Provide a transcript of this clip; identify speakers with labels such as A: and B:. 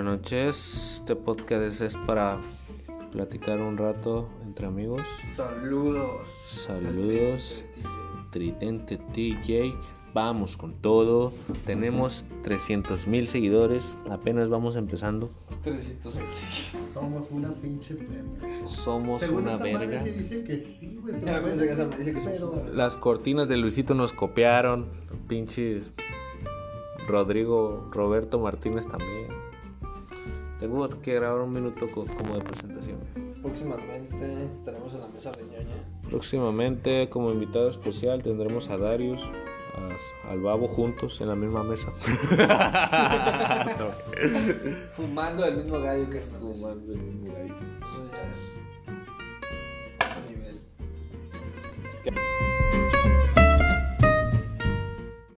A: noches. Este podcast es para platicar un rato entre amigos.
B: Saludos.
A: Saludos.
B: eh.
A: Tridente TJ. Vamos con todo. Tenemos 300 mil seguidores. Apenas vamos empezando.
B: 326.
C: Somos una pinche verga.
A: Somos
C: Según
A: una
C: esta madre
A: verga.
C: sí dice que sí, güey.
B: Ya,
C: pero-
B: pues, de casa me dice que somos
C: pero-
B: una verga.
A: Las cortinas de Luisito nos copiaron. Pinches. Rodrigo Roberto Martínez también. Tengo que grabar un minuto co- como de presentación.
B: Próximamente estaremos en la mesa de ñoña.
A: Próximamente, como invitado especial, tendremos a Darius, a- al Babo juntos en la misma mesa.
B: Fumando el mismo gallo que es Eso
A: Fumando el mismo gallo.
B: ya es. otro nivel.
A: ¿Qué?